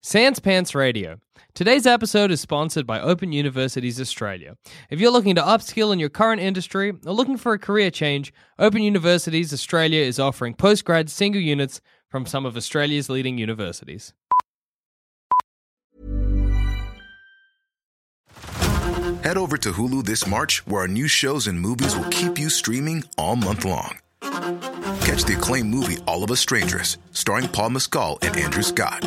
Sans Pants Radio. Today's episode is sponsored by Open Universities Australia. If you're looking to upskill in your current industry or looking for a career change, Open Universities Australia is offering postgrad single units from some of Australia's leading universities. Head over to Hulu this March, where our new shows and movies will keep you streaming all month long. Catch the acclaimed movie All of Us Strangers, starring Paul Mescal and Andrew Scott.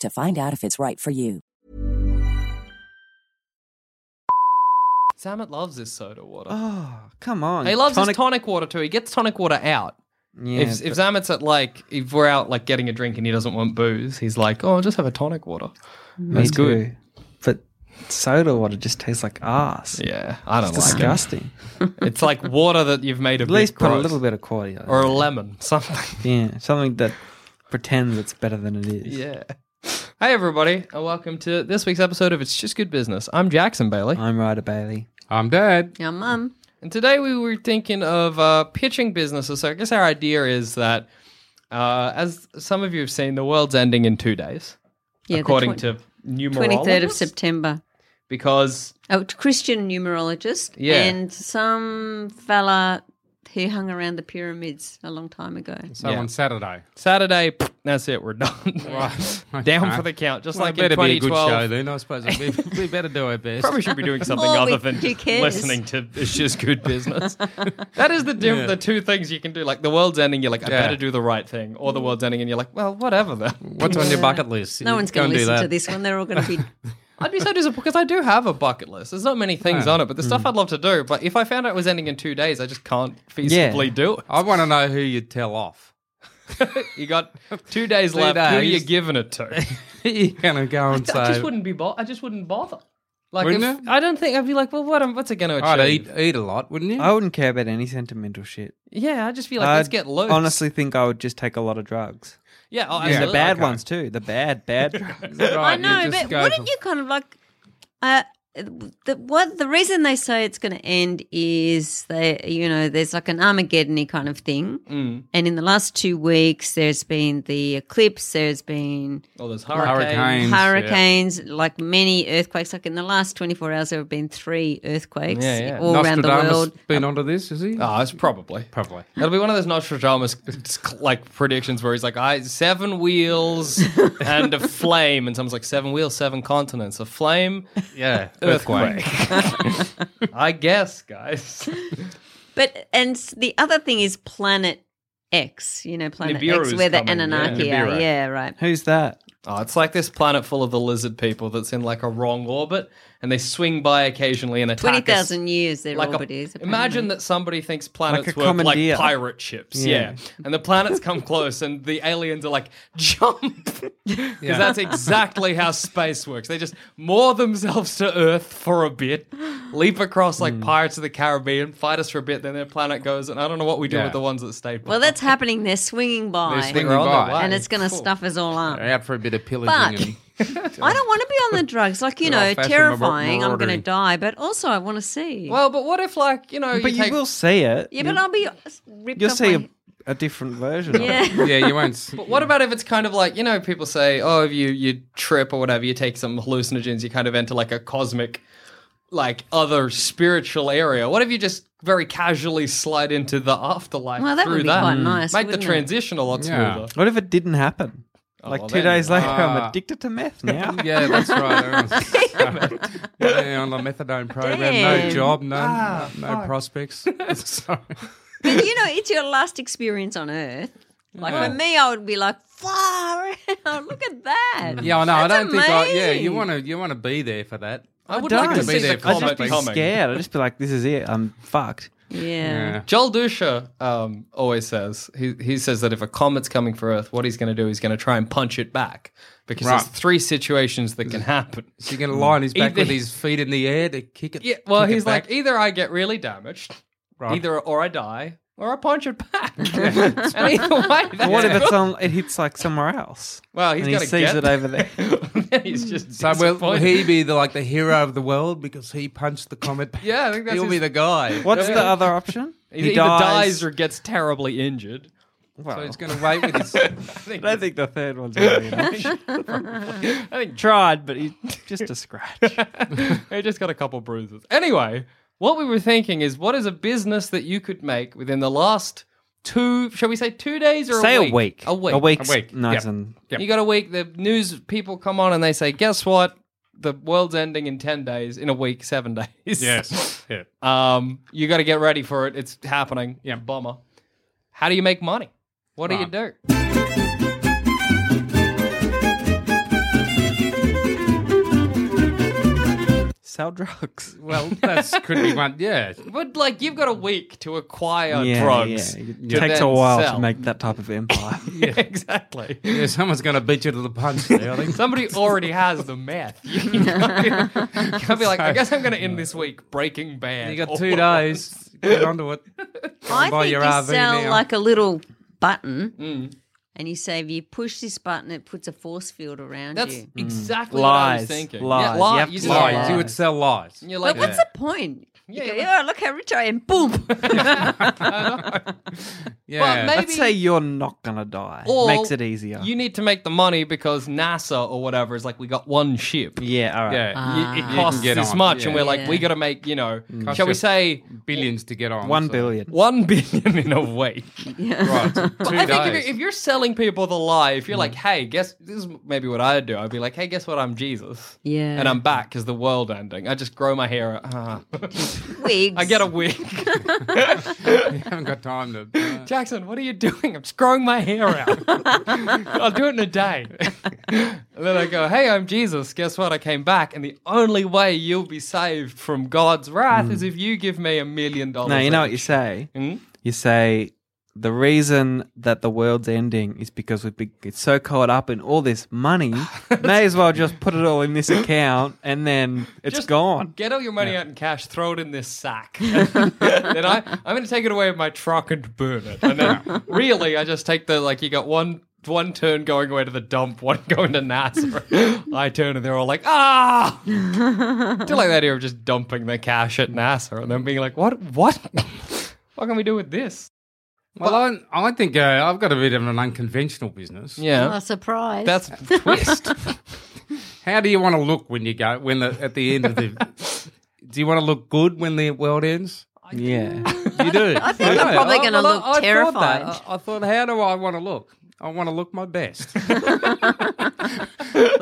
to find out if it's right for you. Samet loves his soda water. Oh, come on. he loves Tonic- his tonic water too. He gets tonic water out. Yeah, if if Zamet's at like if we're out like getting a drink and he doesn't want booze, he's like, oh, just have a tonic water. me That's good. too. But soda water just tastes like ass. Yeah, I don't It's like disgusting. it. It's like water that you've made a At least bit put a gross. little bit of cordial. or a lemon, something. yeah, something that pretends it's better than it is. yeah. Hey everybody, and welcome to this week's episode of It's Just Good Business. I'm Jackson Bailey, I'm Ryder Bailey. I'm dead. Yeah, mum. and today we were thinking of uh, pitching businesses. So I guess our idea is that, uh, as some of you have seen, the world's ending in two days, Yeah, according to numerologists. twenty third of September. because A Christian numerologist Yeah. and some fella who hung around the pyramids a long time ago. So Yeah. on Saturday. Saturday, that's it, we're done. Right. Down Okay. for the count, just Well, like it better in 2012. be a good show then. I suppose we, we better do our best. Probably should be doing something Oh, other we- than who cares? listening to it's just good business. that is the diff- Yeah. the two things you can do. Like the world's ending, you're like, I Yeah. better do the right thing, or the world's ending, and you're like, well, whatever. Then What's on your Yeah. bucket list? No one's Go going and to do listen that. to this one. They're all going to be. I'd be so disappointed because I do have a bucket list. There's not many things on it, but the stuff I'd love to do. But if I found out it was ending in two days, I just can't feasibly do it. I want to know who you'd tell off. You got two days Two left. Who are you days. giving it to? You're going to go and say, I just wouldn't be. Bo- I just wouldn't bother. Like, Wouldn't if- you? I don't think I'd be like, well, what? am- What's it going to achieve? I'd eat, eat a lot, wouldn't you? I wouldn't care about any sentimental shit. Yeah, I just feel like I let's get loose. honestly think I would just take a lot of drugs. yeah, oh, And the Yeah. absolutely. bad okay. ones too. The bad, bad drugs. Right, I you know, just but go wouldn't for- you kind of like? Uh, the what the reason they say it's going to end is they you know there's like an Armageddon kind of thing, Mm. and in the last two weeks there's been the eclipse, there's been Oh, there's hurricanes. Hurricanes. Hurricanes. yeah. hurricanes, like many earthquakes. Like in the last 24 hours, there have been three earthquakes Yeah, yeah. all around the Nostradamus world. been onto this, is he? Oh, it's probably. Probably. It'll be one of those Nostradamus like predictions where he's like, "I seven wheels and a flame," and someone's like, seven wheels, seven continents, a flame, Yeah. earthquake." I guess, guys. But and s- the other thing is Planet X, you know, Planet Nibiru's X, where the coming, yeah. Anunnaki Nibiru. are. Yeah, right. Who's that? Ah, Oh, it's like this planet full of the lizard people that's in like a wrong orbit, and they swing by occasionally and attack us. Twenty thousand years their Like a- orbit is. apparently. imagine that somebody thinks planets Like a were like commandeer. pirate ships, yeah. and the planets come close, and the aliens are like jump, because that's exactly how space works. They just moor themselves to Earth for a bit, leap across Hmm. like Pirates of the Caribbean, fight us for a bit, then their planet goes, and I don't know what we do Yeah. with the ones that stayed. Well, that's happening. They're swinging by, They're swinging They're on their by. way. and it's going to stuff us all up. Out for a bit of But- pillaging. I don't want to be on the drugs. Like you Good know, old-fashioned terrifying. I'm going maraudering. to die, but also I want to see. Well, but what if like you know, But you you take- will see it. yeah, but I'll be ripped You'll off see my- a, a different version of it. Yeah. and, yeah, you won't. s- But what about if it's kind of like you know people say, oh, if you you trip or whatever, you take some hallucinogens, you kind of enter like a cosmic, like other spiritual area. What if you just very casually slide into the afterlife Well, that through would be that? quite nice, Make the wouldn't it? transition a lot Hmm. Yeah. smoother. What if it didn't happen? Oh, like well, two then- days later, Ah. I'm addicted to meth now. Yeah, that's right. yeah, on the methadone program, Damn. no job, no Ah, no prospects. Sorry. But you know, it's your last experience on Earth. Like for me, I would be like, far out, look at that. Yeah, I know. I That's don't think. I, yeah, you amazing. want to you want to be there for that. I would Don't. like to I'd be see there the for I'd just comet that. be coming. scared. I'd just be like, this is it. I'm fucked. Yeah. Joel Dusha um, always says he he says that if a comet's coming for Earth, what he's going to do is going to try and punch it back because Right. there's three situations that can happen. So you're gonna lie on his back Either- with his feet in the air to kick it. Yeah, well, kick it he's like back? either I get really damaged, Right. either or I die, or I punch it back. and either way, that's But what if cool. it's on, it hits like somewhere else? Well, he's and he got to sees get it over there. there. he's just So will, will disappointed. he be the, like the hero of the world because he punched the comet? back? Yeah, I think that's he'll his- be the guy. What's the other option? He, either dies. or gets terribly injured. Well, So he's gonna wait with his. I think, I don't think the third one's really an option. Tried, but he, just a scratch. he just got a couple bruises. Anyway, what we were thinking is, what is a business that you could make within the last two? Shall we say two days or Say a week? A week. A week. week's A week, Nice yep. and You got a week. The news people come on and they say, "Guess what? The world's ending in ten days. In a week, seven days." Yeah. Um, you got to get ready for it. It's happening. Yeah, bummer. How do you make money? What do you do? sell drugs. Well, that's could be one. Yeah. But like, you've got a week to acquire yeah, drugs. yeah. It to takes a then while sell. to make that type of empire. Yeah, exactly. Yeah, someone's going to beat you to the punch there, I think. Somebody already has the meth. You know? I'll be like, I guess I'm going to end this week breaking Oh, bad. You got Or- two days. Get onto it. I buy think you your RV sell now. Mm. like a little button, and you say if you push this button, it puts a force field around That's you. exactly what I was Lies. thinking. Lies. Yeah, You lie. have You, to just lie. Lies. You would sell lies. You're like, But what's the point? Yeah, Yeah, you go, but- "Yeah, look how rich I am. Boom. Yeah. maybe- Let's say you're not gonna die. or Makes it easier. You need to make the money because NASA or whatever is like, we got one ship. yeah, all right. yeah. Y- it Ah. costs You can get this on, much, and yeah. we're like, we Yeah. got to make, you know, Costs shall we you say, billions to get on. One so- billion. one billion in a week. Right. Two I days. think if you're, if you're selling people the lie, if you're like, hey, guess this is maybe what I'd do. I'd be like, hey, guess what? I'm Jesus. Yeah. And I'm back because the world ending. I just grow my hair. out. Ah. Wigs. I get a wig. you haven't got time to. uh, Jackson, what are you doing? I'm just growing my hair out. I'll do it in a day. and then I go, hey, I'm Jesus. Guess what? I came back. And the only way you'll be saved from God's wrath is if you give me a million dollars. No, you know what you say. Hmm? Mm? You say the reason that the world's ending is because we've been it's so caught up in all this money. may as well just put it all in this account, and then it's Just gone. Get all your money out in cash, throw it in this sack. then I, I'm going to take it away in my truck and burn it. And then really, I just take the, like, you got one one turn going away to the dump, one going to NASA. I turn and they're all like, ah! Do you like the idea of just dumping the cash at NASA and then being like, what? What? What can we do with this? Well, I, I think uh, I've got a bit of an unconventional business. Oh, Yeah. surprise. That's a twist. How do you want to look when you go when the at the end of the? do you want to look good when the world ends? Yeah. You do. I think I'm probably I- gonna Oh, well, I- look I thought that. terrified. I, I thought, how do I want to look? I want to look my best. So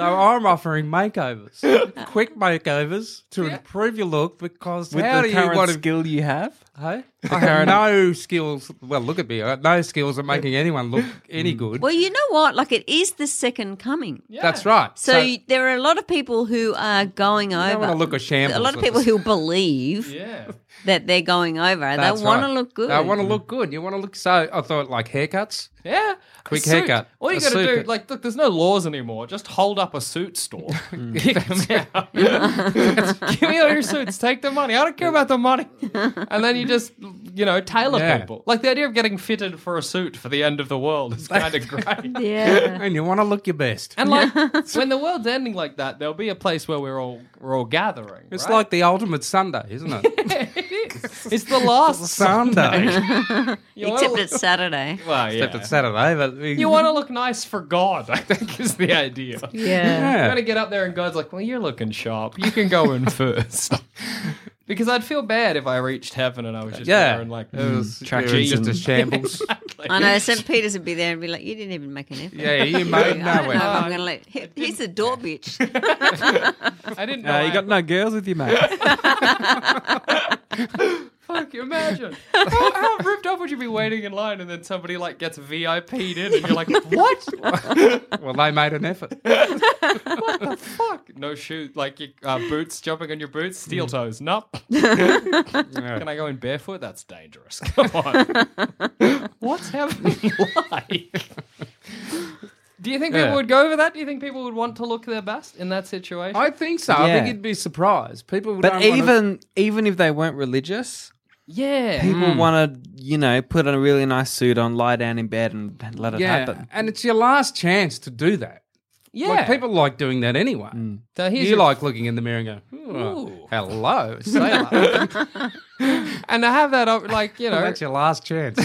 I'm offering makeovers, quick makeovers to improve your look because With how the do you current want to? skill you have, Hey? I have no skills. Well, look at me. I have no skills at making anyone look any good. Well, you know what? Like it is the second coming. That's right. So, y- there are a lot of people who are going I over. want to look a shambles. a lot of at people this. who believe Yeah. that they're going over. That's they want right. to look good. They want to look good. You want to look so. I thought like haircuts. Yeah. Quick A suit. haircut. All you A got to do, suit. like, look, there's no laws anymore. Just hold up a suit store. Mm. Kick them out. Give me all your suits. Take the money. I don't care about the money. And then you just, you know, tailor Yeah. people. Like, the idea of getting fitted for a suit for the end of the world is kind of great. yeah. And you want to look your best. And like when the world's ending like that, there'll be a place where we're all we're all gathering. it's right? like the ultimate Sunday, isn't it? it's the last Sunday. You wanna Except look- it's Saturday. well, yeah. Except it's Saturday, but You want to look nice for God, I think is the idea. Yeah. I'm Yeah. gonna get up there and God's like, "Well, you're looking sharp. You can go in first. because I'd feel bad if I reached heaven and I was just Yeah. wearing like It was Mm. Track it was jeans just a and- shambles. I know St. Peter's would be there and be like, "You didn't even make an effort." yeah, you made I don't know if nowhere. I'm going to let. He, he's a door bitch. I didn't know. uh, I- you got no girls with you, mate. Fuck, you imagine. how, how ripped off would you be waiting in line and then somebody like gets VIP'd in and you're like, what? Well, they made an effort. Fuck. No shoes, like your uh, boots, jumping on your boots, Mm. steel toes. Nope. Can I go in barefoot? That's dangerous. Come on. What's happening like? Do you think people Yeah. would go over that? Do you think people would want to look their best in that situation? I think so. I think Yeah. you'd be surprised. People would. But even even if they weren't religious, yeah. people want to you know put a really nice suit on, lie down in bed, and, and let it yeah, happen. and it's your last chance to do that. yeah. Like people like doing that anyway. so here's You your- like looking in the mirror and going, "Ooh, "Hello, sailor." and to have that, op- like, you know, That's your last chance.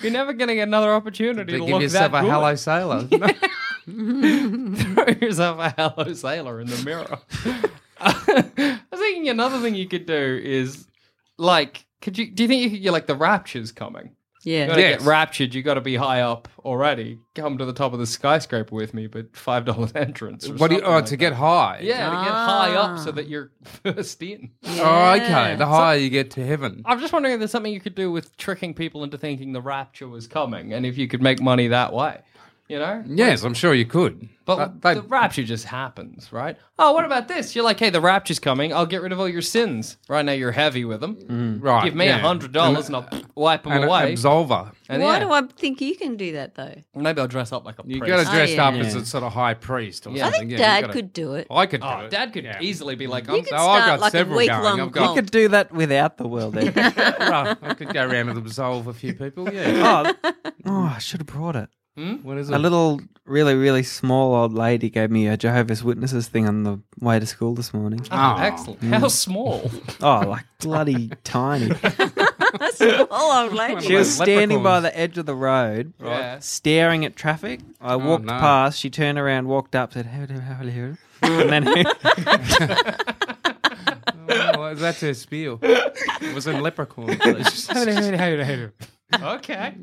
you're never going to get another opportunity to, Give look yourself that a good. hello sailor. No. throw yourself a hello sailor in the mirror. I was thinking another thing you could do is like, could you? Do you think you could get like the rapture's coming? You Yeah. gotta Yes. get raptured. You got to be high up already. Come to the top of the skyscraper with me, but five dollars entrance. Or what do you? something Oh, like to that. get Ah. high. Yeah, to get high up so that you're first in. Oh, okay. The higher you get to heaven. I'm just wondering if there's something you could do with tricking people into thinking the rapture was coming, and if you could make money that way. You know, Yes, I'm sure you could. But they- the rapture just happens, right? Oh, what about this? You're like, hey, the rapture's coming. I'll get rid of all your sins. Right now, you're heavy with them. right, Give me a yeah. hundred dollars and I'll pff, wipe them and an away. absolver. and Why yeah, do I think you can do that though? maybe I'll dress up like a You priest. Oh, got to dress up yeah. as a sort of high priest or Yeah. I I something. think yeah, you Dad gotta- could do it. I could do Oh, it. Dad could Yeah. easily be like, You I'm could Oh, I've start got like a several week going. long I've You got- cult. could do that without the world. ending. Right, I could go around and absolve a few people. Yeah. oh, oh, I should have brought it. What is A it? little, really, really small old lady gave me a Jehovah's Witnesses thing on the way to school this morning. Oh. excellent. How small? Oh, like bloody tiny. That's an old lady. She was standing by leprechauns. the edge of the road, Yeah. staring at traffic. I walked Oh, no. past. She turned around, walked up, said, "Hello, hello, hello," and then Oh, that's her spiel. It was in leprechaun. okay.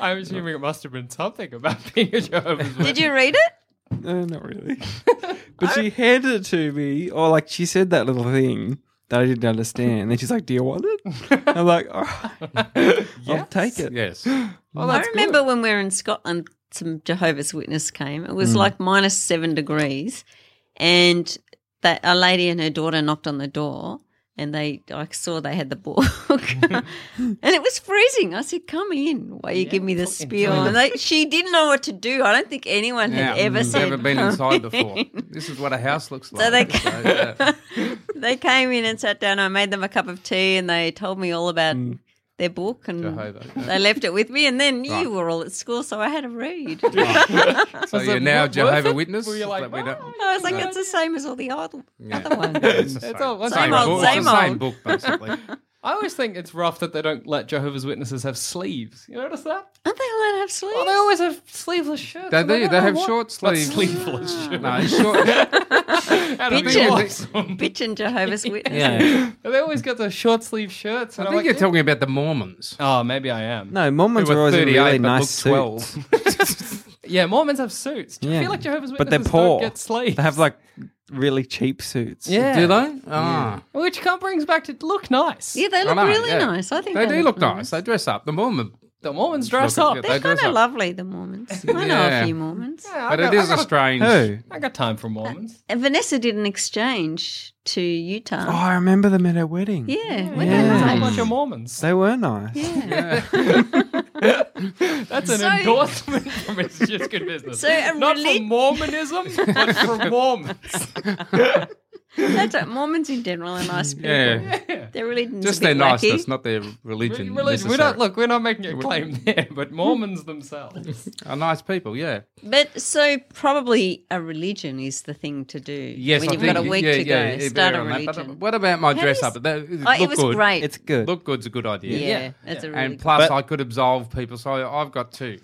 I'm assuming it must have been something about being a Jehovah's Witness. Did you read it? No, not really. but she handed it to me, or like she said that little thing that I didn't understand. And then she's like, "Do you want it?" I'm like, "All right, I'll take it." yes. I remember when we were in Scotland, some Jehovah's Witness came. It Mm. was like minus seven degrees, and that a lady and her daughter knocked on the door, and they I saw they had the book, and it was freezing. I said, "Come in, while you give me the spiel?" And they, she didn't know what to do. I don't think anyone had ever I've said. mm, never been "Come inside in." before. This is what a house looks like. So they yeah. They came in and sat down. I made them a cup of tea, and they told me all about. Their book and Mm. Jehovah, Mm. yeah. they left it with me, and then you were all at school, so I had to read. So it you're now worth Jehovah it? Witness. Were you like, But we don't- "Ah, I was like, it's the same as all the other, other Yeah, ones. it's the It's same- all- same same old, book. It's same the same old. book, basically. I always think it's rough that they don't let Jehovah's Witnesses have sleeves. You notice that? Aren't they allowed to have sleeves? Well, they always have sleeveless shirts. They and I do. don't They know have what- short Not sleeves. Sleeveless shirts. No, it's short. And I think Bitchin'. what's- Bitch and Jehovah's Witness. Yeah. They always got the short sleeve shirts. I And think I'm like, you're talking about the Mormons. oh, maybe I am. No, Mormons Who are were always in 38 really but nice looked suits. 12. Yeah, Mormons have suits. Do you Yeah. feel like Jehovah's Witnesses But they're poor. don't get slaves? They have like really cheap suits. yeah. Do they? Ah. Which can't brings back to look nice. Yeah, they I look know, really yeah. nice. I think They do look nice. They dress up. The Mormon. The Mormons dress Look up. at- They're They kind dress of up. lovely, the Mormons. I know Yeah. a few Mormons. Yeah, I But it got- is I a got- strange. Who? I got time for Mormons. And Vanessa did an exchange to Oh, Utah. I remember them at her wedding. We're yeah, weren't they yeah. a whole nice? bunch of Mormons. They were nice. yeah. That's an So- endorsement from It's Just Good Business. So a Not relig- from Mormonism, but from Mormons. That's right. Mormons in general are nice people. Yeah. Their religion's Just a their bit wacky. niceness, not their Religion. religion. We're not, necessarily. look, we're not making a claim there, but Mormons themselves. Are nice people, yeah. But so probably a religion is the thing to do. Yes, when I you've think got a you- week yeah, to yeah, go, yeah, start bear a on that. But religion. what about my How dress does- up? That, it Oh, it looked was good. great. It's good. Look good's a good idea. yeah, Yeah. that's a really And plus, But- I could absolve people, so I've got two.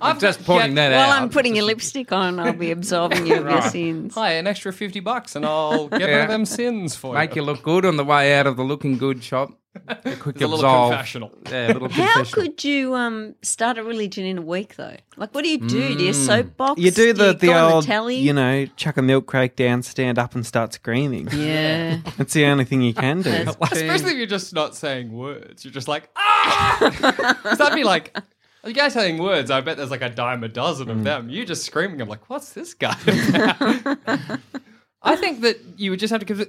I'm Just pointing that out. While I'm putting your lipstick on, I'll be absolving you of your Right. sins. Hi, an extra 50 bucks and I'll get rid Yeah. of them sins for Make you. you look good on the way out of the looking good shop. A quick It's a little absolve. confessional. Yeah, a little How confessional. could you um, start a religion in a week, though? Like, what do you do? Do you Mm. soapbox? You do the, you go the on old, the telly? you know, chuck a milk crate down, stand up and start screaming. Yeah. That's the only thing you can do. That's Especially if you're just not saying words. You're just like, ah! so that'd be like, you guys saying words. I bet there's like a dime a dozen Mm. of them. You just screaming. I'm like, what's this guy? about?" I think that you would just have to, because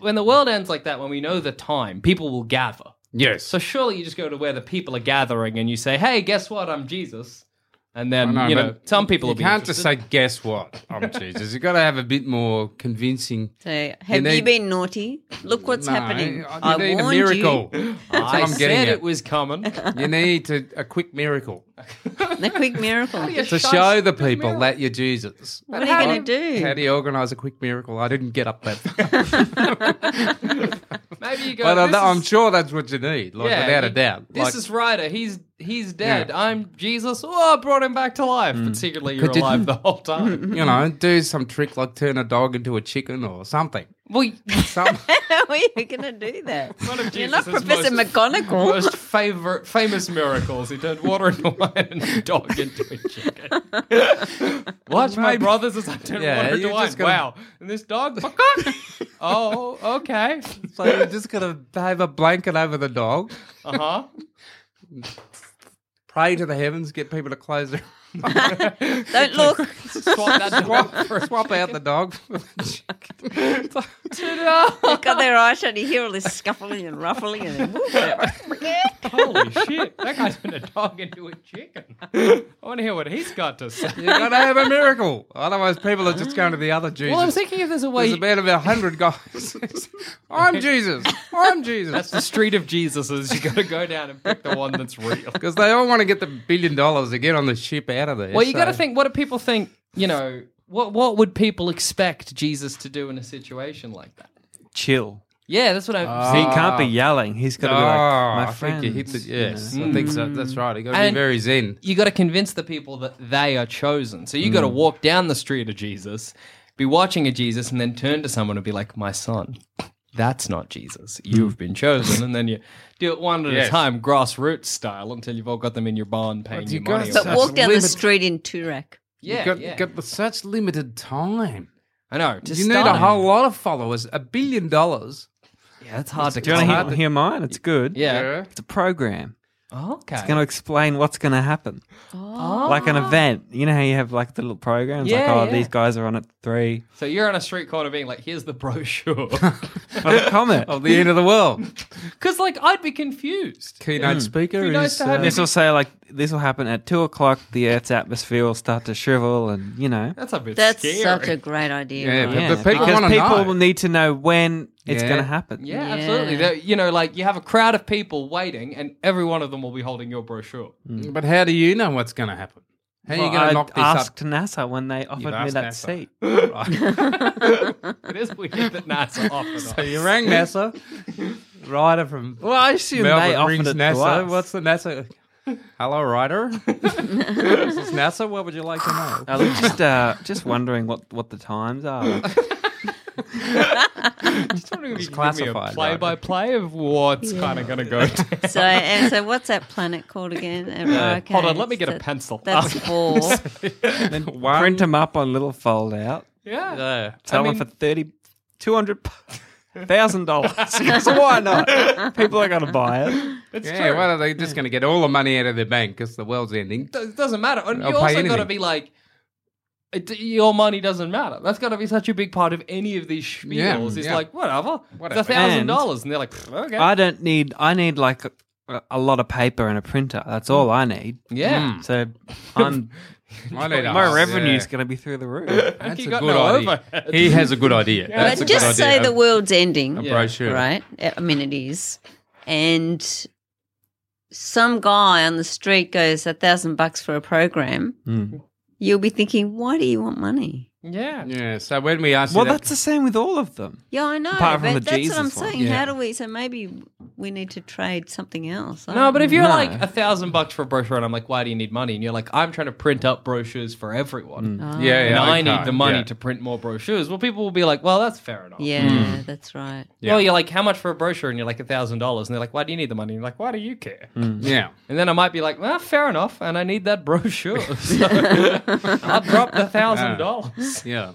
when the world ends like that, when we know the time, people will gather. Yes. So surely you just go to where the people are gathering and you say, hey, guess what? I'm Jesus. And then, I know, you know, but some people you will be. can't just interested. say, guess what? I'm Jesus. You've got to have a bit more convincing. So, have they- you been naughty? Look what's No, happening. I, I you need a warned you. miracle. That's I what I'm getting said at. it was coming. You need to, a quick miracle The quick miracle. what are you to show the people that you're Jesus. going to How do? do you organise a quick miracle? I didn't get up that. Maybe you go. but I'm, "This I'm is- sure that's what you need, like, Yeah, without a you- doubt. This Like, is Ryder. He's he's dead. Yeah. I'm Jesus. Oh, I brought him back to life. But secretly, you're Could you- Mm-hmm. alive the whole time. you know, do some trick like turn a dog into a chicken or something. well, you- Some, How are you going to do that? one of You're not Jesus' Professor most, McGonagall. most favorite famous miracles. He turned water into wine and a dog into a chicken. Watch my brothers as I turn Yeah, water into you're wine. just gonna- Wow, and this dog. oh, okay. so you're just gonna have a blanket over the dog, Uh huh. pray to the heavens, get people to close their Don't look. Swap that dog for a swap out the dog. for the chicken. It's like, They've got their eye shut. You hear all this scuffling and ruffling and then whoop, Holy shit! That guy turned a dog into a chicken. I want to hear what he's got to say. You're gonna have a miracle. Otherwise, people are just going to the other Jesus. Well, I'm thinking if there's a way. There's about about hundred guys. I'm Jesus. I'm Jesus. That's the street of Jesus. Is you got to go down and pick the one that's real. Because they all want to get the billion dollars to get on the ship out of there. Well, you got to so- think. What do people think? You know, what what would people expect Jesus to do in a situation like that? Chill. Yeah, that's what I'm He thinking. can't be yelling. He's got to be Oh, like, my I friend. think you hit the yes. I think so. That's right. You got to be And- very zen. You got to convince the people that they are chosen. So you got to walk down the street of Jesus, be watching a Jesus, and then turn to someone and be like, "My son." That's not Jesus. You've been chosen, and then you do it one at Yes. a time, grassroots style, until you've all got them in your barn paying But you you money. gotta- or- But Such walk down the limit- street in Turak. Yeah, you got, yeah. got such limited time. I know. To you start need a it. whole lot of followers. A billion dollars. Yeah, that's hard to. Do you want to come hear, up hear mine? It's good. Yeah. It's a program. Oh, okay. It's going to explain what's going to happen. Oh. Like an event. You know how you have like the little programs? Yeah, like, oh, yeah. these guys are on at three. so you're on a street corner being like, "Here's the brochure," But a comment. Of the end of the world. because like I'd be confused. Keynote speaker It'd be nice is. to have uh, This will say like this will happen at two o'clock. The Earth's atmosphere will start to shrivel, and you know, That's a bit That's scary. such a great idea. Yeah, right? but- but people because wanna people know. need to know when it's Yeah. going to happen. yeah, Yeah. absolutely. They're- you know, like you have a crowd of people waiting, and every one of them will be holding your brochure. Mm. but how do you know what's going to happen? How are you Well, going I to knock this up? asked NASA when they offered me asked that NASA. seat. It is weird that NASA offers. So you rang NASA. Ryder from Well, I assume Melbourne they offered rings it to NASA. us. What's the NASA? Hello, Ryder. this is NASA. What would you like to know? I'm just uh, just wondering what, what the times are. Just wondering if you can give me a classified, right? play-by-play of what's kind of going to go down. So and so, what's that planet called again? Uh, okay, Hold on, let me get a that- pencil. That's four. Then print them up on little fold out. yeah. Yeah. Sell them for 30, 200, $1,000. so why not? People are going to buy it. It's yeah, true. well, are they just going to get all the money out of their bank because the world's ending? It doesn't matter. And I'll you pay also got to anything. be like, it, your money doesn't matter. That's got to be such a big part of any of these spiels. Yeah, it's yeah. like whatever, Whatever. it's a thousand dollars, and they're like, "Pfft, okay, I don't need, I need like a, a lot of paper and a printer. That's all I need. yeah. Hmm. So I'm, I need my us, revenue's yeah. going to be through the roof. That's You a got good no idea. overhead. He has a good idea. That's a but good idea. Um, just say the world's ending, a brochure. right? I mean, it is. And some guy on the street goes a thousand bucks for a program. You'll be thinking, why do you want money? Yeah, Yeah. So when we asked, Well, you that- that's the same with all of them. Yeah, I know. Apart from but the that's what I'm Jesus one. saying. How do we? So maybe we need to trade something else. I No, don't but if know. you're No. like a thousand bucks for a brochure, and I'm like, why do you need money? And you're like, I'm trying to print up brochures for everyone, Oh, Hmm. yeah, yeah, and I need can't, the money yeah. to print more brochures. Well, people will be like, well, that's fair enough. yeah, that's right. Well, you're like, how much for a brochure? And you're like, a thousand dollars. And they're like, why do you need the money? And you're like, why do you care? Hmm. Yeah. And then I might be like, well, fair enough. And I need that brochure. So I'll drop the thousand dollars. Yeah.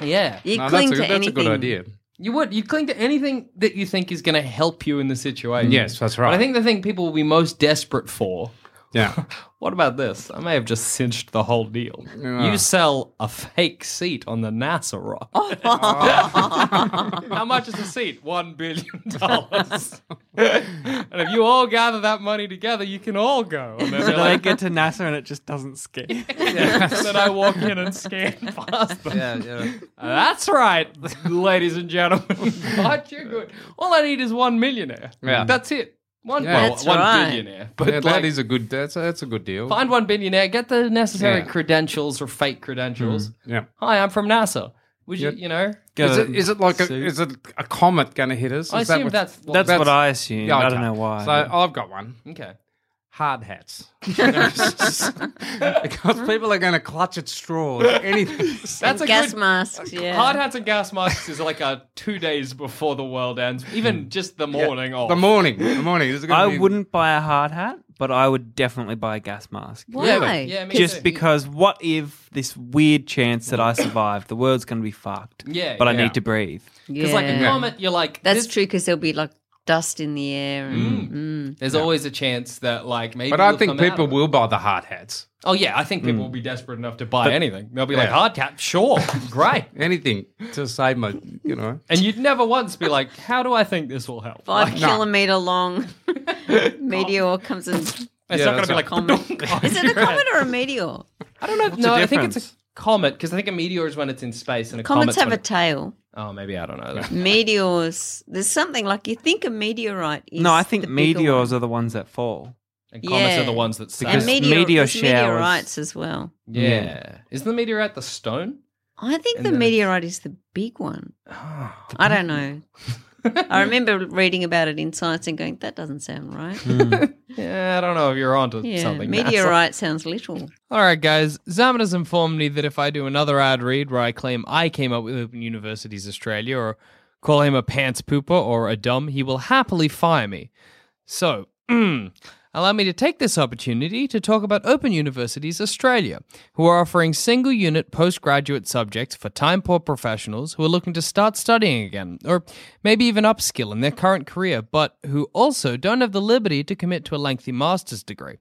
Yeah. You No, cling that's a, to that's anything. a good idea. You would. You cling to anything that you think is going to help you in the situation. Yes, that's right. But I think the thing people will be most desperate for. Yeah. What about this? I may have just cinched the whole deal. You sell a fake seat on the NASA rock. How much is a seat? One billion dollars. and if you all gather that money together, you can all go. And then So they're they like, get to NASA and it just doesn't scare. then I walk in and scan past them. Yeah, yeah. That's right, ladies and gentlemen. But you're good. All I need is one millionaire. Yeah. That's it. One, Yeah. well, That's one right. billionaire. But But like, that is a good. That's a, that's a good deal. find one billionaire, get the necessary Yeah. Hmm. credentials or fake credentials. Yeah. Hi, I'm from NASA. Would you, you know? Is it, a is it like a, suit. is it a comet going to hit us? I Is that assume what- that's, well, That's, That's- what I assume. Yeah, I okay. don't know why. So I've got one. okay. Hard hats. because people are going to clutch at straws. Anything. That's a Gas good. masks. Yeah. Hard hats and gas masks is like a two days before the world ends, even just the morning off. the morning. The morning. This is gonna I be- wouldn't buy a hard hat, but I would definitely buy a gas mask. Why? Yeah, but- yeah, me Just too. because what if this weird chance that I survive, the world's going to be fucked. Yeah, But I yeah. need to breathe. Because like a Yeah. comet, you're like That's this- true because there'll be like dust in the air. And, mm. There's always a chance that like maybe. But I you'll think come out people of it. will buy the hard hats. Oh yeah, I think people will be desperate enough to buy anything. They'll be like hard cap, sure, great. Anything to save my, you know. And you'd never once be like, how do I think this will help? Five kilometer long meteor comes and. It's Yeah, not going that's to be like. Comet. "Badonk," Is on it a your head. comet or a meteor? I don't know. no, the I think it's a difference? comet because I think a meteor is when it's in space and a Comets comet's have when a tail. it- oh, maybe I don't know. that. Meteors. There's something like you think a meteorite is. No, I think the bigger one. meteors are the ones that fall. And comets Yeah. are the ones that say. and Because meteor, meteor there's showers- meteorites as well. yeah. isn't the meteorite the stone? I think And the then it's- meteorite is the big one. Ah. I don't know. I remember reading about it in science and going, that doesn't sound right. Hmm. Yeah, I don't know if you're onto Yeah, something. NASA. meteorite sounds little. All right, guys. Zaman has informed me that if I do another ad read where I claim I came up with Open Universities Australia or call him a pants pooper or a dumb, he will happily fire me. So, allow me to take this opportunity to talk about Open Universities Australia, who are offering single unit postgraduate subjects for time poor professionals who are looking to start studying again, or maybe even upskill in their current career, but who also don't have the liberty to commit to a lengthy master's degree.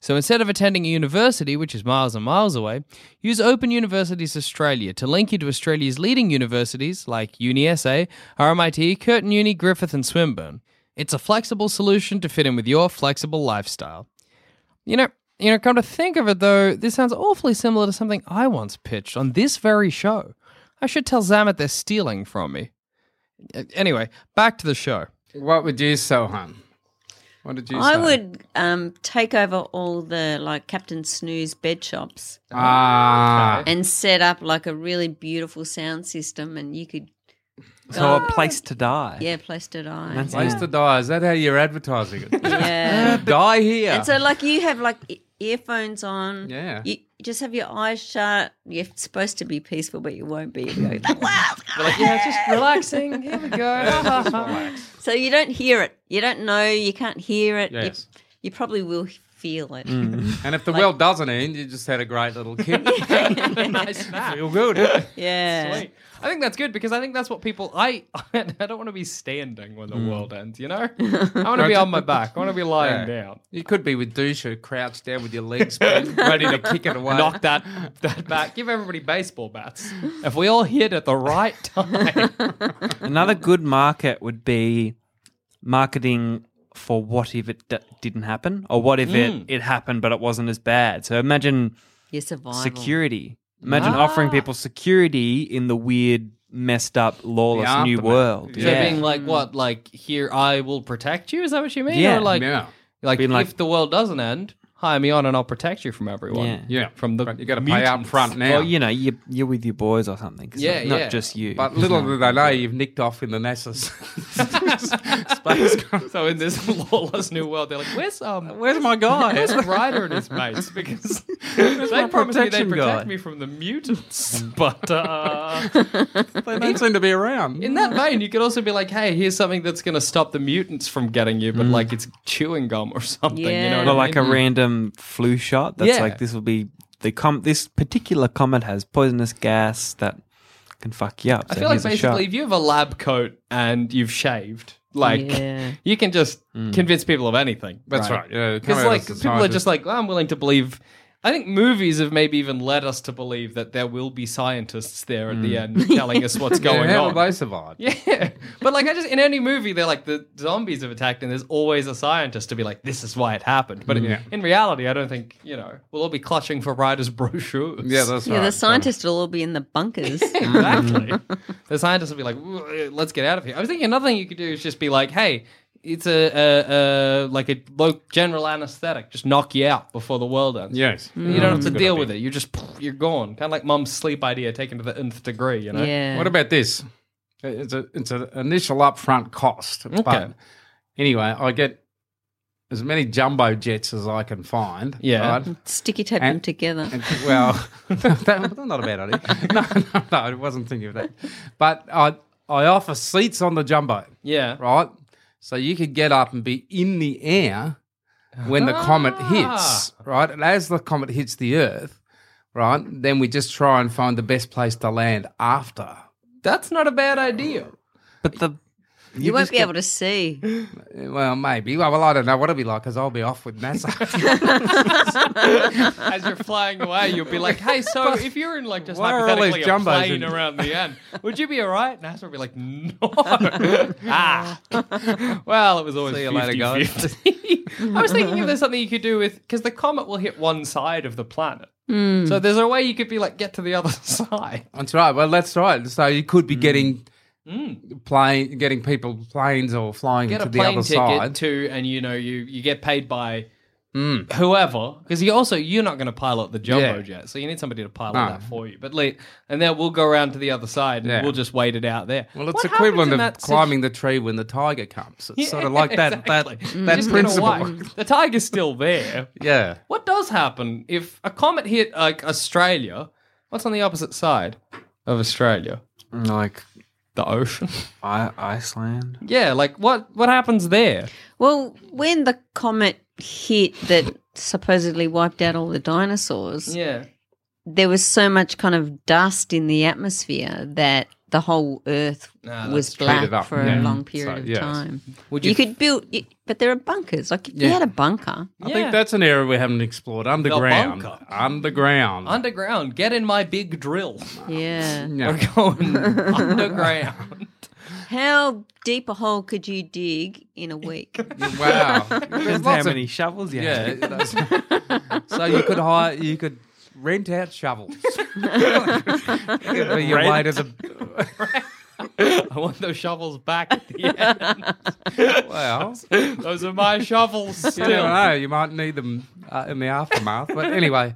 So instead of attending a university, which is miles and miles away, use Open Universities Australia to link you to Australia's leading universities like UniSA, RMIT, Curtin Uni, Griffith, and Swinburne. It's a flexible solution to fit in with your flexible lifestyle. You know, you know, come to think of it though, this sounds awfully similar to something I once pitched on this very show. I should tell Zamet they're stealing from me. Uh, Anyway, back to the show. What would you sell, hon? What did you I say? would um, take over all the like Captain Snooze bed shops Ah. and set up like a really beautiful sound system, and you could Oh, So a place to die. Ah. yeah, place to die. That's Place to die. Is that how you're advertising it? Yeah. die here. And so, like, you have like e- earphones on. Yeah. You just have your eyes shut. You're supposed to be peaceful, but you won't be. You go, "The world's We're like, yeah, just relaxing. Here we go. So you don't hear it. You don't know. You can't hear it. Yes. Mm. You, you probably will feel it. And if the well doesn't end, you just had a great little kid. nice nap. Feel good. Yeah. Sweet. I think that's good because I think that's what people. I I don't want to be standing when the Hmm. world ends. You know, I want to be on my back. I want to be lying Yeah. down. You could be with Dusha crouched down with your legs spread, ready to kick it away. Knock that that back. Give everybody baseball bats. If we all hit at the right time, Another good market would be marketing for what if it d- didn't happen or what if Mm. it, it happened but it wasn't as bad. So imagine Your survival. security. Imagine Ah. offering people security in the weird, messed up, lawless The new aftermath. world. So so yeah. being like what, like here I will protect you. Is that what you mean? Yeah. Or like, Yeah. like Being like- if the world doesn't end, hire me on and I'll protect you from everyone. Yeah. Yeah. From the But you got to pay up mutants. Oh, front now. Well, you know, you, you're with your boys or something. So Yeah, not yeah. just you. But little do they know you've nicked off in the NASA's space. con- So in this lawless new world, they're like, "Where's um, Where's my guy? Where's Ryder and his mates? Because they promised me they'd protection protect guy? me from the mutants. But uh, They don't seem to be around. in that vein, you could also be like, hey, here's something that's going to stop the mutants from getting you, but like it's chewing gum or something. You know Yeah. what Or I like mean? a random flu shot. That's Yeah. like this will be the com. This particular comet has poisonous gas that can fuck you up. I so feel like here's a shot. basically, if you have a lab coat and you've shaved, like Yeah. you can just Mm. convince people of anything. That's right. Yeah, come Because out like as a people are scientist. just like, "Oh, I'm willing to believe. I think movies have maybe even led us to believe that there will be scientists there at the end telling us what's Hmm. Yeah, going how on. will they survive? Yeah, but like I just in any movie, they're like the zombies have attacked, and there's always a scientist to be like, "This is why it happened." But Yeah. in reality, I don't think you know we'll all be clutching for writers' brochures. Yeah, that's Yeah, right. the scientists will all be in the bunkers. exactly. the scientists will be like, "Wh- "Let's get out of here." I was thinking another thing you could do is just be like, "Hey." It's a, a, a like a low general anesthetic. Just knock you out before the world ends. Yes. Mm. you don't have to deal with it. You're just you're gone. Kind of like mum's sleep idea taken to the nth degree. You know. yeah. What about this? It's a it's an initial upfront cost. Okay. But anyway, I get as many jumbo jets as I can find. Yeah. right? Sticky tape them And- together. And, well, that's not a bad idea. No, no, no, I wasn't thinking of that. But I I offer seats on the jumbo, Yeah. right? So you could get up and be in the air when the comet Ah. hits, right? And as the comet hits the Earth, right, then we just try and find the best place to land after. That's not a bad idea. But the you, won't be able to see. Well, maybe. Well, well, I don't know what it'll be like because I'll be off with NASA. as you're flying away, you'll be like, "Hey, so if you're in like just Why are all these hypothetically a jumbos plane in- around the end, would you be all right?" And NASA will be like, "No." ah. Well, it was always See 50 you later, guys. 50. I was thinking if there's something you could do with because the comet will hit one side of the planet, so there's a way you could be like get to the other side. that's right. Well, that's right. So you could be Mm. getting plane, getting people planes or flying Get to a the plane other ticket side. too, and you know you you get paid by. Whoever, because you also you're not going to pilot the jumbo Yeah. jet, so you need somebody to pilot No. that for you. But le- and then we'll go around to the other side, and Yeah. we'll just wait it out there. well, it's What happens equivalent in of that situ- climbing the tree when the tiger comes. It's Yeah, sort of like that. exactly. That You that just get principle. away. The tiger's still there. Yeah. What does happen if a comet hit like Australia? What's on the opposite side of Australia? like The ocean. I- Iceland. yeah, like what what happens there? Well, when the comet hit that supposedly wiped out all the dinosaurs, Yeah. there was so much kind of dust in the atmosphere that the whole Earth Ah, was that's treated black up, for yeah. a long period So, of yes. time. Would you, you could build, it, but there are bunkers. Like if you had a bunker, I Yeah. think that's an area we haven't explored underground. bunker. Underground. underground? Get in my big drill. yeah. Yeah. We're going underground. How deep a hole could you dig in a week? Wow. There's How lots of many shovels you Yeah. have? that's- so you could hire, you could rent out shovels. It'd be your way to the. I want those shovels back at the Well, end. Those are my shovels you never still. know. You might need them uh, in the aftermath. But anyway,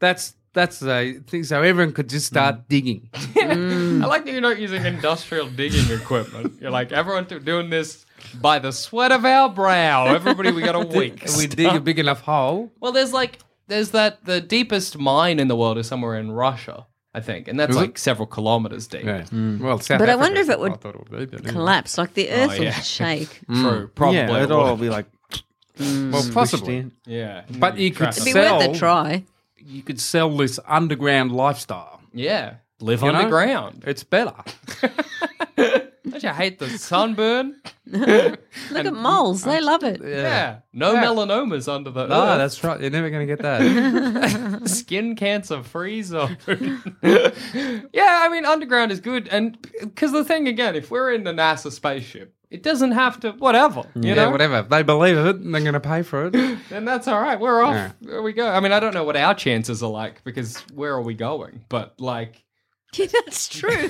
that's that's a thing. So everyone could just start digging. I like that you're not using industrial digging equipment. You're like, everyone do- doing this by the sweat of our brow. Everybody, we got a week. we dig a big enough hole. Well, there's like there's that the deepest mine in the world is somewhere in Russia, I think, and that's Is it? like several kilometers deep. Yeah. Well, South But I Africa wonder if is it would what I thought it would be, but anyway. collapse. Like the earth yeah. will shake. True, probably. yeah, it it'd all would. be like Well, possibly. in. yeah, But you could It'd be Traffic. Sell. worth a try. You could sell this underground lifestyle. yeah live you know? underground. It's better. Don't you hate the sunburn? Look at moles; they love it. Yeah, no melanomas under the No, earth. Oh, that's right. You're never going to get that. skin cancer free zone. yeah, I mean, underground is good. And because the thing again, if we're in the NASA spaceship, it doesn't have to, whatever, you yeah, know, whatever. If they believe it, they're going to pay for it. then that's all right. We're off. There we go. I mean, I don't know what our chances are like because where are we going? But like, Yeah, that's true.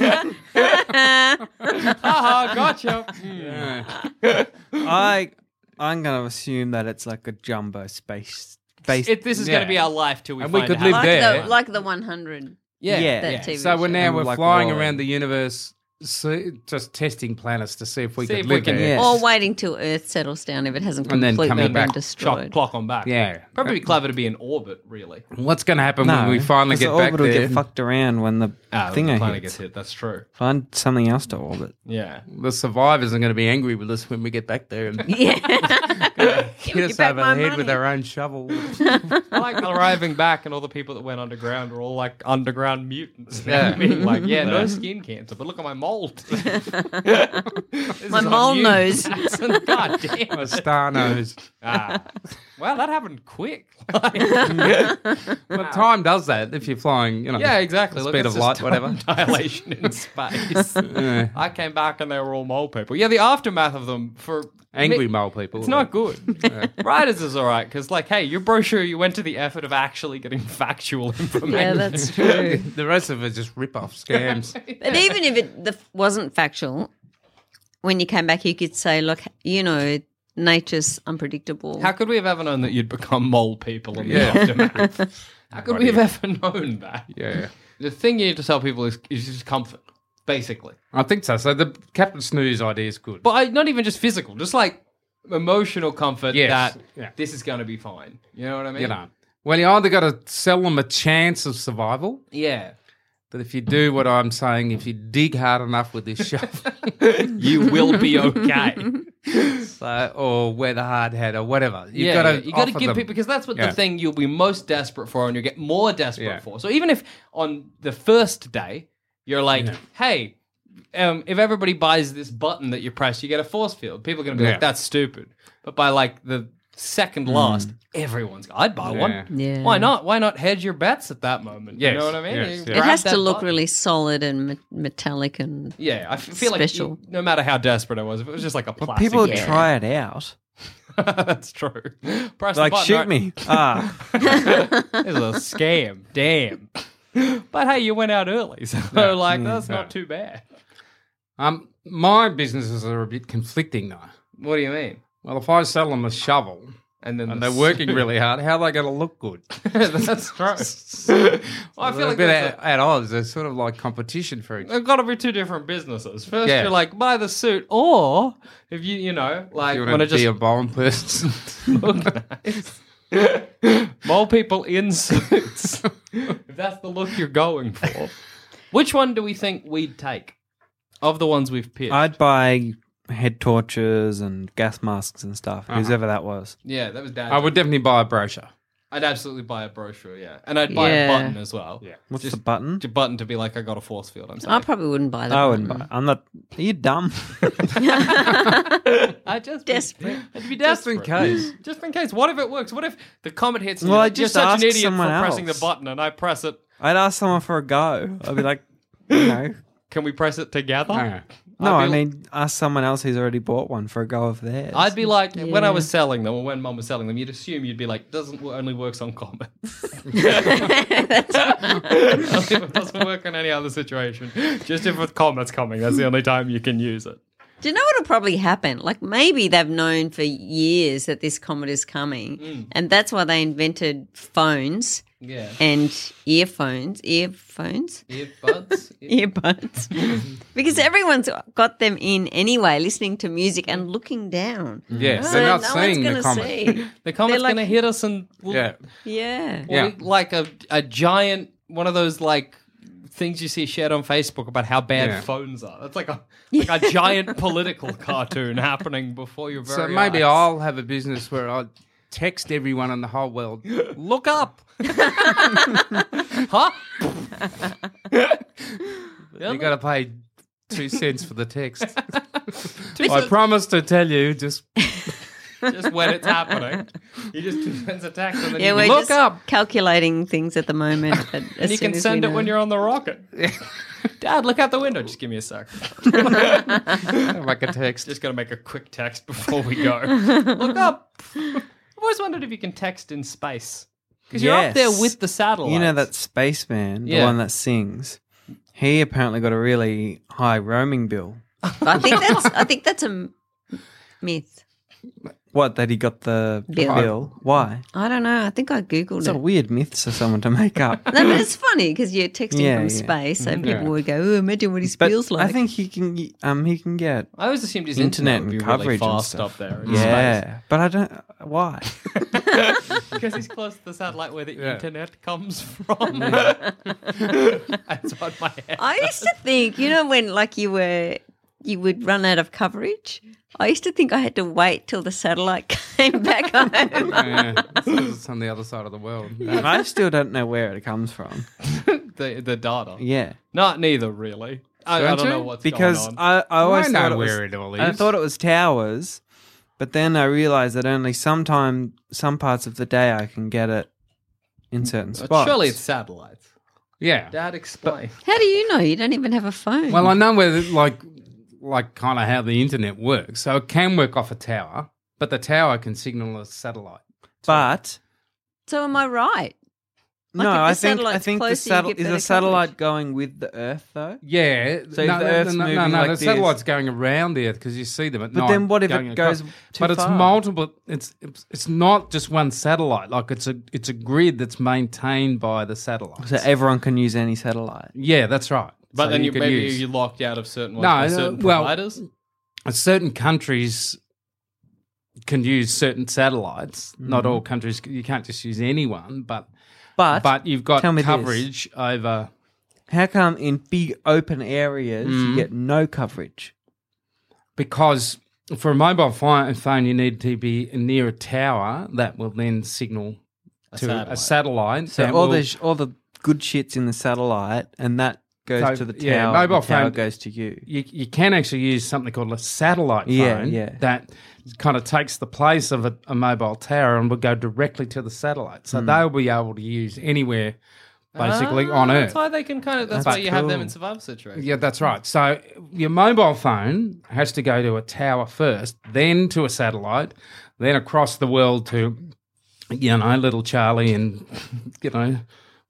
haha, gotcha. Mm. I I'm gonna assume that it's like a jumbo space space. It, this is going Yeah. to be our life till we And we find could out. live like there. the like the one hundred. Yeah. Yeah. That TV So we're show. now And we're like flying rolling. around the universe, see, just testing planets to see if we See could if we live can- there. Yeah. Or waiting till Earth settles down if it hasn't And then completely coming been back. Clock, destroyed. clock on back. Yeah. Probably clever to be in orbit, really. What's going to happen when we finally 'cause get the back orbit will there? get fucked around when the Ah, when thing the hits. planet gets hit. That's true. Find something else to orbit. Yeah. the survivors are going to be angry with us when we get back there and Yeah. hit us back over my the head with money. our own shovel. I like arriving back and all the people that went underground were all like underground mutants. Yeah. Yeah. Being like, yeah, no skin cancer, but look at my mold. My mole nose. God damn a it. star nose. Ah. Wow, that happened quick. Like, But time does that if you're flying, you know. yeah, exactly. Look, Speed it's of just light, time whatever. Dilation in space. Yeah. I came back and they were all mole people. Yeah, the aftermath of them for Angry me- mole people. It's not good. Writers is all right because, like, hey, your brochure, you went to the effort of actually getting factual information. yeah, that's true. The rest of it is just rip off scams. But even if it the, wasn't factual, when you came back, you could say, look, you know, nature's unpredictable. How could we have ever known that you'd become mole people in the Yeah. aftermath? How could we have ever known that? yeah. The thing you need to tell people is, is just comfort, basically. I think so. So the Captain Snooze idea is good. But I, not even just physical, just like emotional comfort Yes. that Yeah. this is going to be fine. You know what I mean? you know. Well, you either got to sell them a chance of survival, Yeah. that if you do what I'm saying, if you dig hard enough with this shovel, You will be okay. so, or wear the hard hat or whatever, you've yeah, got yeah. to you got to give them. people because that's what Yeah. the thing you'll be most desperate for, and you'll get more desperate Yeah. for. So even if on the first day you're like, "Hey, um, if everybody buys this button that you press, you get a force field," people are gonna be Yeah. Mm. like, "That's stupid." But by like the second last, everyone's I'd buy Yeah. one. Yeah. Why not? Why not hedge your bets at that moment? Yes, You know what I mean? yes, You yes. grab it has that to look button. really solid and me- metallic and Yeah, I f- feel special. like you- no matter how desperate I was, if it was just like a But plastic, people would button- try it out. that's true. Press the Like button, shoot right? me. Ah, This is a scam. Damn. But hey, you went out early, so like that's Mm-hmm. not too bad. Um, my businesses are a bit conflicting though. What do you mean? Well, if I sell them a shovel And then and the they're working really hard, how are they going to look good? that's true. well, I feel like they're there's at, at odds. They're sort of like competition for each. there have got to be two different businesses. First, Yeah. you're like buy the suit, or if you you know like You want to just be just a bomb person. mole people in suits. if that's the look you're going for, which one do we think we'd take of the ones we've picked? I'd buy head torches and gas masks and stuff. Uh-huh. Whoever that was. yeah, that was dad. I would definitely buy a brochure. I'd absolutely buy a brochure, yeah, and I'd buy a Yeah. button as well. Yeah, What's Just- the button? a button to be like, I got a force field. I'm I sorry. probably wouldn't buy that. I wouldn't buy. Mm-hmm. I'm not. Are you dumb? I just Desperate. I'd be desperate. Just in case. Just in case. What if it works? What if the comet hits? and Well, you're I like, you're just such an asked idiot for someone pressing the else. button, and I press it. I'd ask someone for a go. I'd be like, you know. Can we press it together? No. No, I'd I be- mean, ask someone else who's already bought one for a go of theirs. I'd be like, when I was selling them, or when Mum was selling them, you'd assume you'd be like, doesn't wo- only works on comets. doesn't work in any other situation. Just if a comet's coming, that's the only time you can use it. Do you know what'll probably happen? Like maybe they've known for years that this comet is coming, Mm. and that's why they invented phones Yeah. Eh. and earphones, earphones, Earbuds. earbuds, because everyone's got them in anyway, listening to music and looking down. Mm. Yeah, So they're not no seeing the one's gonna comet. see. the comet's like- gonna hit us and we'll, Yeah, Yeah. we'll Yeah. be like a a giant one of those like things you see shared on Facebook about how bad Yeah. phones are. That's like a like a giant political cartoon happening before your very so maybe eyes. I'll have a business where I text everyone in the whole world. look up. huh? You got to pay two cents for the text. I promise to tell you. Just Just when it's happening. You just do sends a text and then Yeah, you we're look just up. calculating things at the moment. But And you can send it when you're on the rocket. Dad, look out the window. Just give me a sec. like a text. Just gonna make a quick text before we go. Look up. I've always wondered if you can text in space because you're up there Yes. with the satellite. You know that spaceman, the Yeah. one that sings. He apparently got a really high roaming bill. I think that's I think that's a m- myth. What? That he got the Bill. bill? Why? I don't know. I think I googled It's it. a weird myth for someone to make up. No, but it's funny because you're texting Yeah, from yeah. space, so people Yeah. would go, "Oh, imagine what his But feels like." I think he can. Um, he can get I always assumed his internet, internet, would be and really coverage and fast stuff. up there. In Yeah, space. but I don't. Why? because he's close to the satellite where the Yeah. internet comes from. That's what my head. I used to think, you know, when like you were, you would run out of coverage. I used to think I had to wait till the satellite came back home. Yeah, it's on the other side of the world. I still don't know where it comes from. the the data. Yeah, Not neither really. I, I Don't don't know you? what's because going on. I, I always I thought know it was- where it all is. I thought it was towers, but then I realized that only sometime, some parts of the day, I can get it in certain But spots. surely it's satellites. yeah. Dad, explain. How do you know? You don't even have a phone. Well, I know where the- like like kind of how the internet works. So it can work off a tower, but the tower can signal a satellite. but so am I right? Like, no, if the I think I satellite's think the closer, you satel- get is better the satellite going with the Earth though? Yeah, So if the Earth's no, no, moving no, like the this- satellite's going around the Earth because you see them at But night. then what if going it goes across. too But it's far? multiple. It's it's- it's not just one satellite. Like it's a it's a grid that's maintained by the satellite. So everyone can use any satellite. yeah, that's right. But So then you, could maybe use- you're locked out of certain ones No, by uh, certain well- providers. certain countries can use certain satellites. Mm-hmm. Not all countries. You can't just use anyone, but But but you've got tell me this. coverage over. How come in big open areas Mm. you get no coverage? because for a mobile phi- phone, you need to be near a tower that will then signal to a satellite. satellite. So that all will- the sh- all the good shits in the satellite, and that goes So, to the tower. yeah, mobile the tower phone- goes to you. you, you can actually use something called a satellite phone Yeah, yeah. that kind of takes the place of a, a mobile tower and will go directly to the satellite. Hmm. So they'll be able to use anywhere basically on Ah, Earth. That's why they can kind of. That's, That's why you have them cool. in survival situations. Yeah, that's right. So your mobile phone has to go to a tower first, then to a satellite, then across the world to, you know, little Charlie and, you know,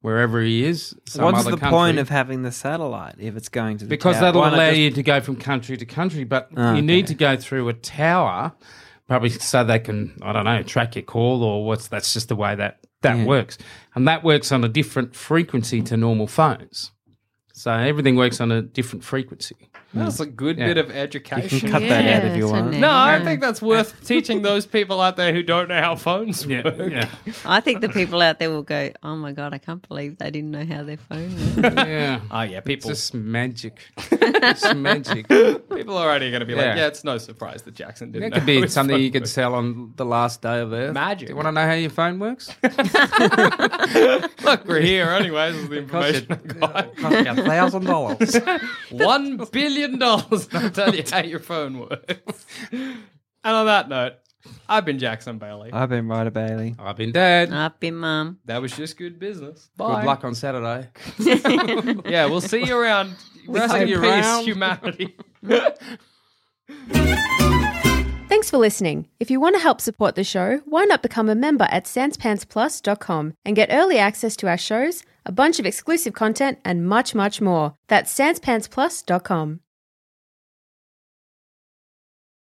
wherever he is. some What's other the country. point of having the satellite if it's going to the Because tower? that'll Why not allow just- you to go from country to country, but Ah, you need to go through a tower, probably so they can, I don't know, track your call or what's. That's just the way that that works, and that works on a different frequency to normal phones. So everything works on a different frequency. That's a good Yeah. bit of education. cut that out if Yeah, you so want. No, I think that's worth teaching those people out there who don't know how phones Yeah, work. yeah, I think the people out there will go, "Oh my god, I can't believe they didn't know how their phone worked." yeah. Oh yeah, It's people just magic. it's magic. That people are already going to be like, Yeah. yeah, it's no surprise that Jackson didn't. could know be his something phone you could worked." sell on the last day of Earth. Magic. Do you want to know how your phone works? Look, we're here anyway. This is the information I got. thousand dollars. One billion dollars. I'll tell you how your phone works. And on that note, I've been Jackson Bailey. Uh, I've been right, Bailey. I've been dead. Up in um, mum. That was just good business. Bye. Good luck on Saturday. Yeah, we'll see you around. Rest see in you peace, around. humanity. Thanks for listening. If you want to help support the show, why not become a member at sanspantsplus.com and get early access to our shows, a bunch of exclusive content, and much, much more. That's sanspantsplus.com.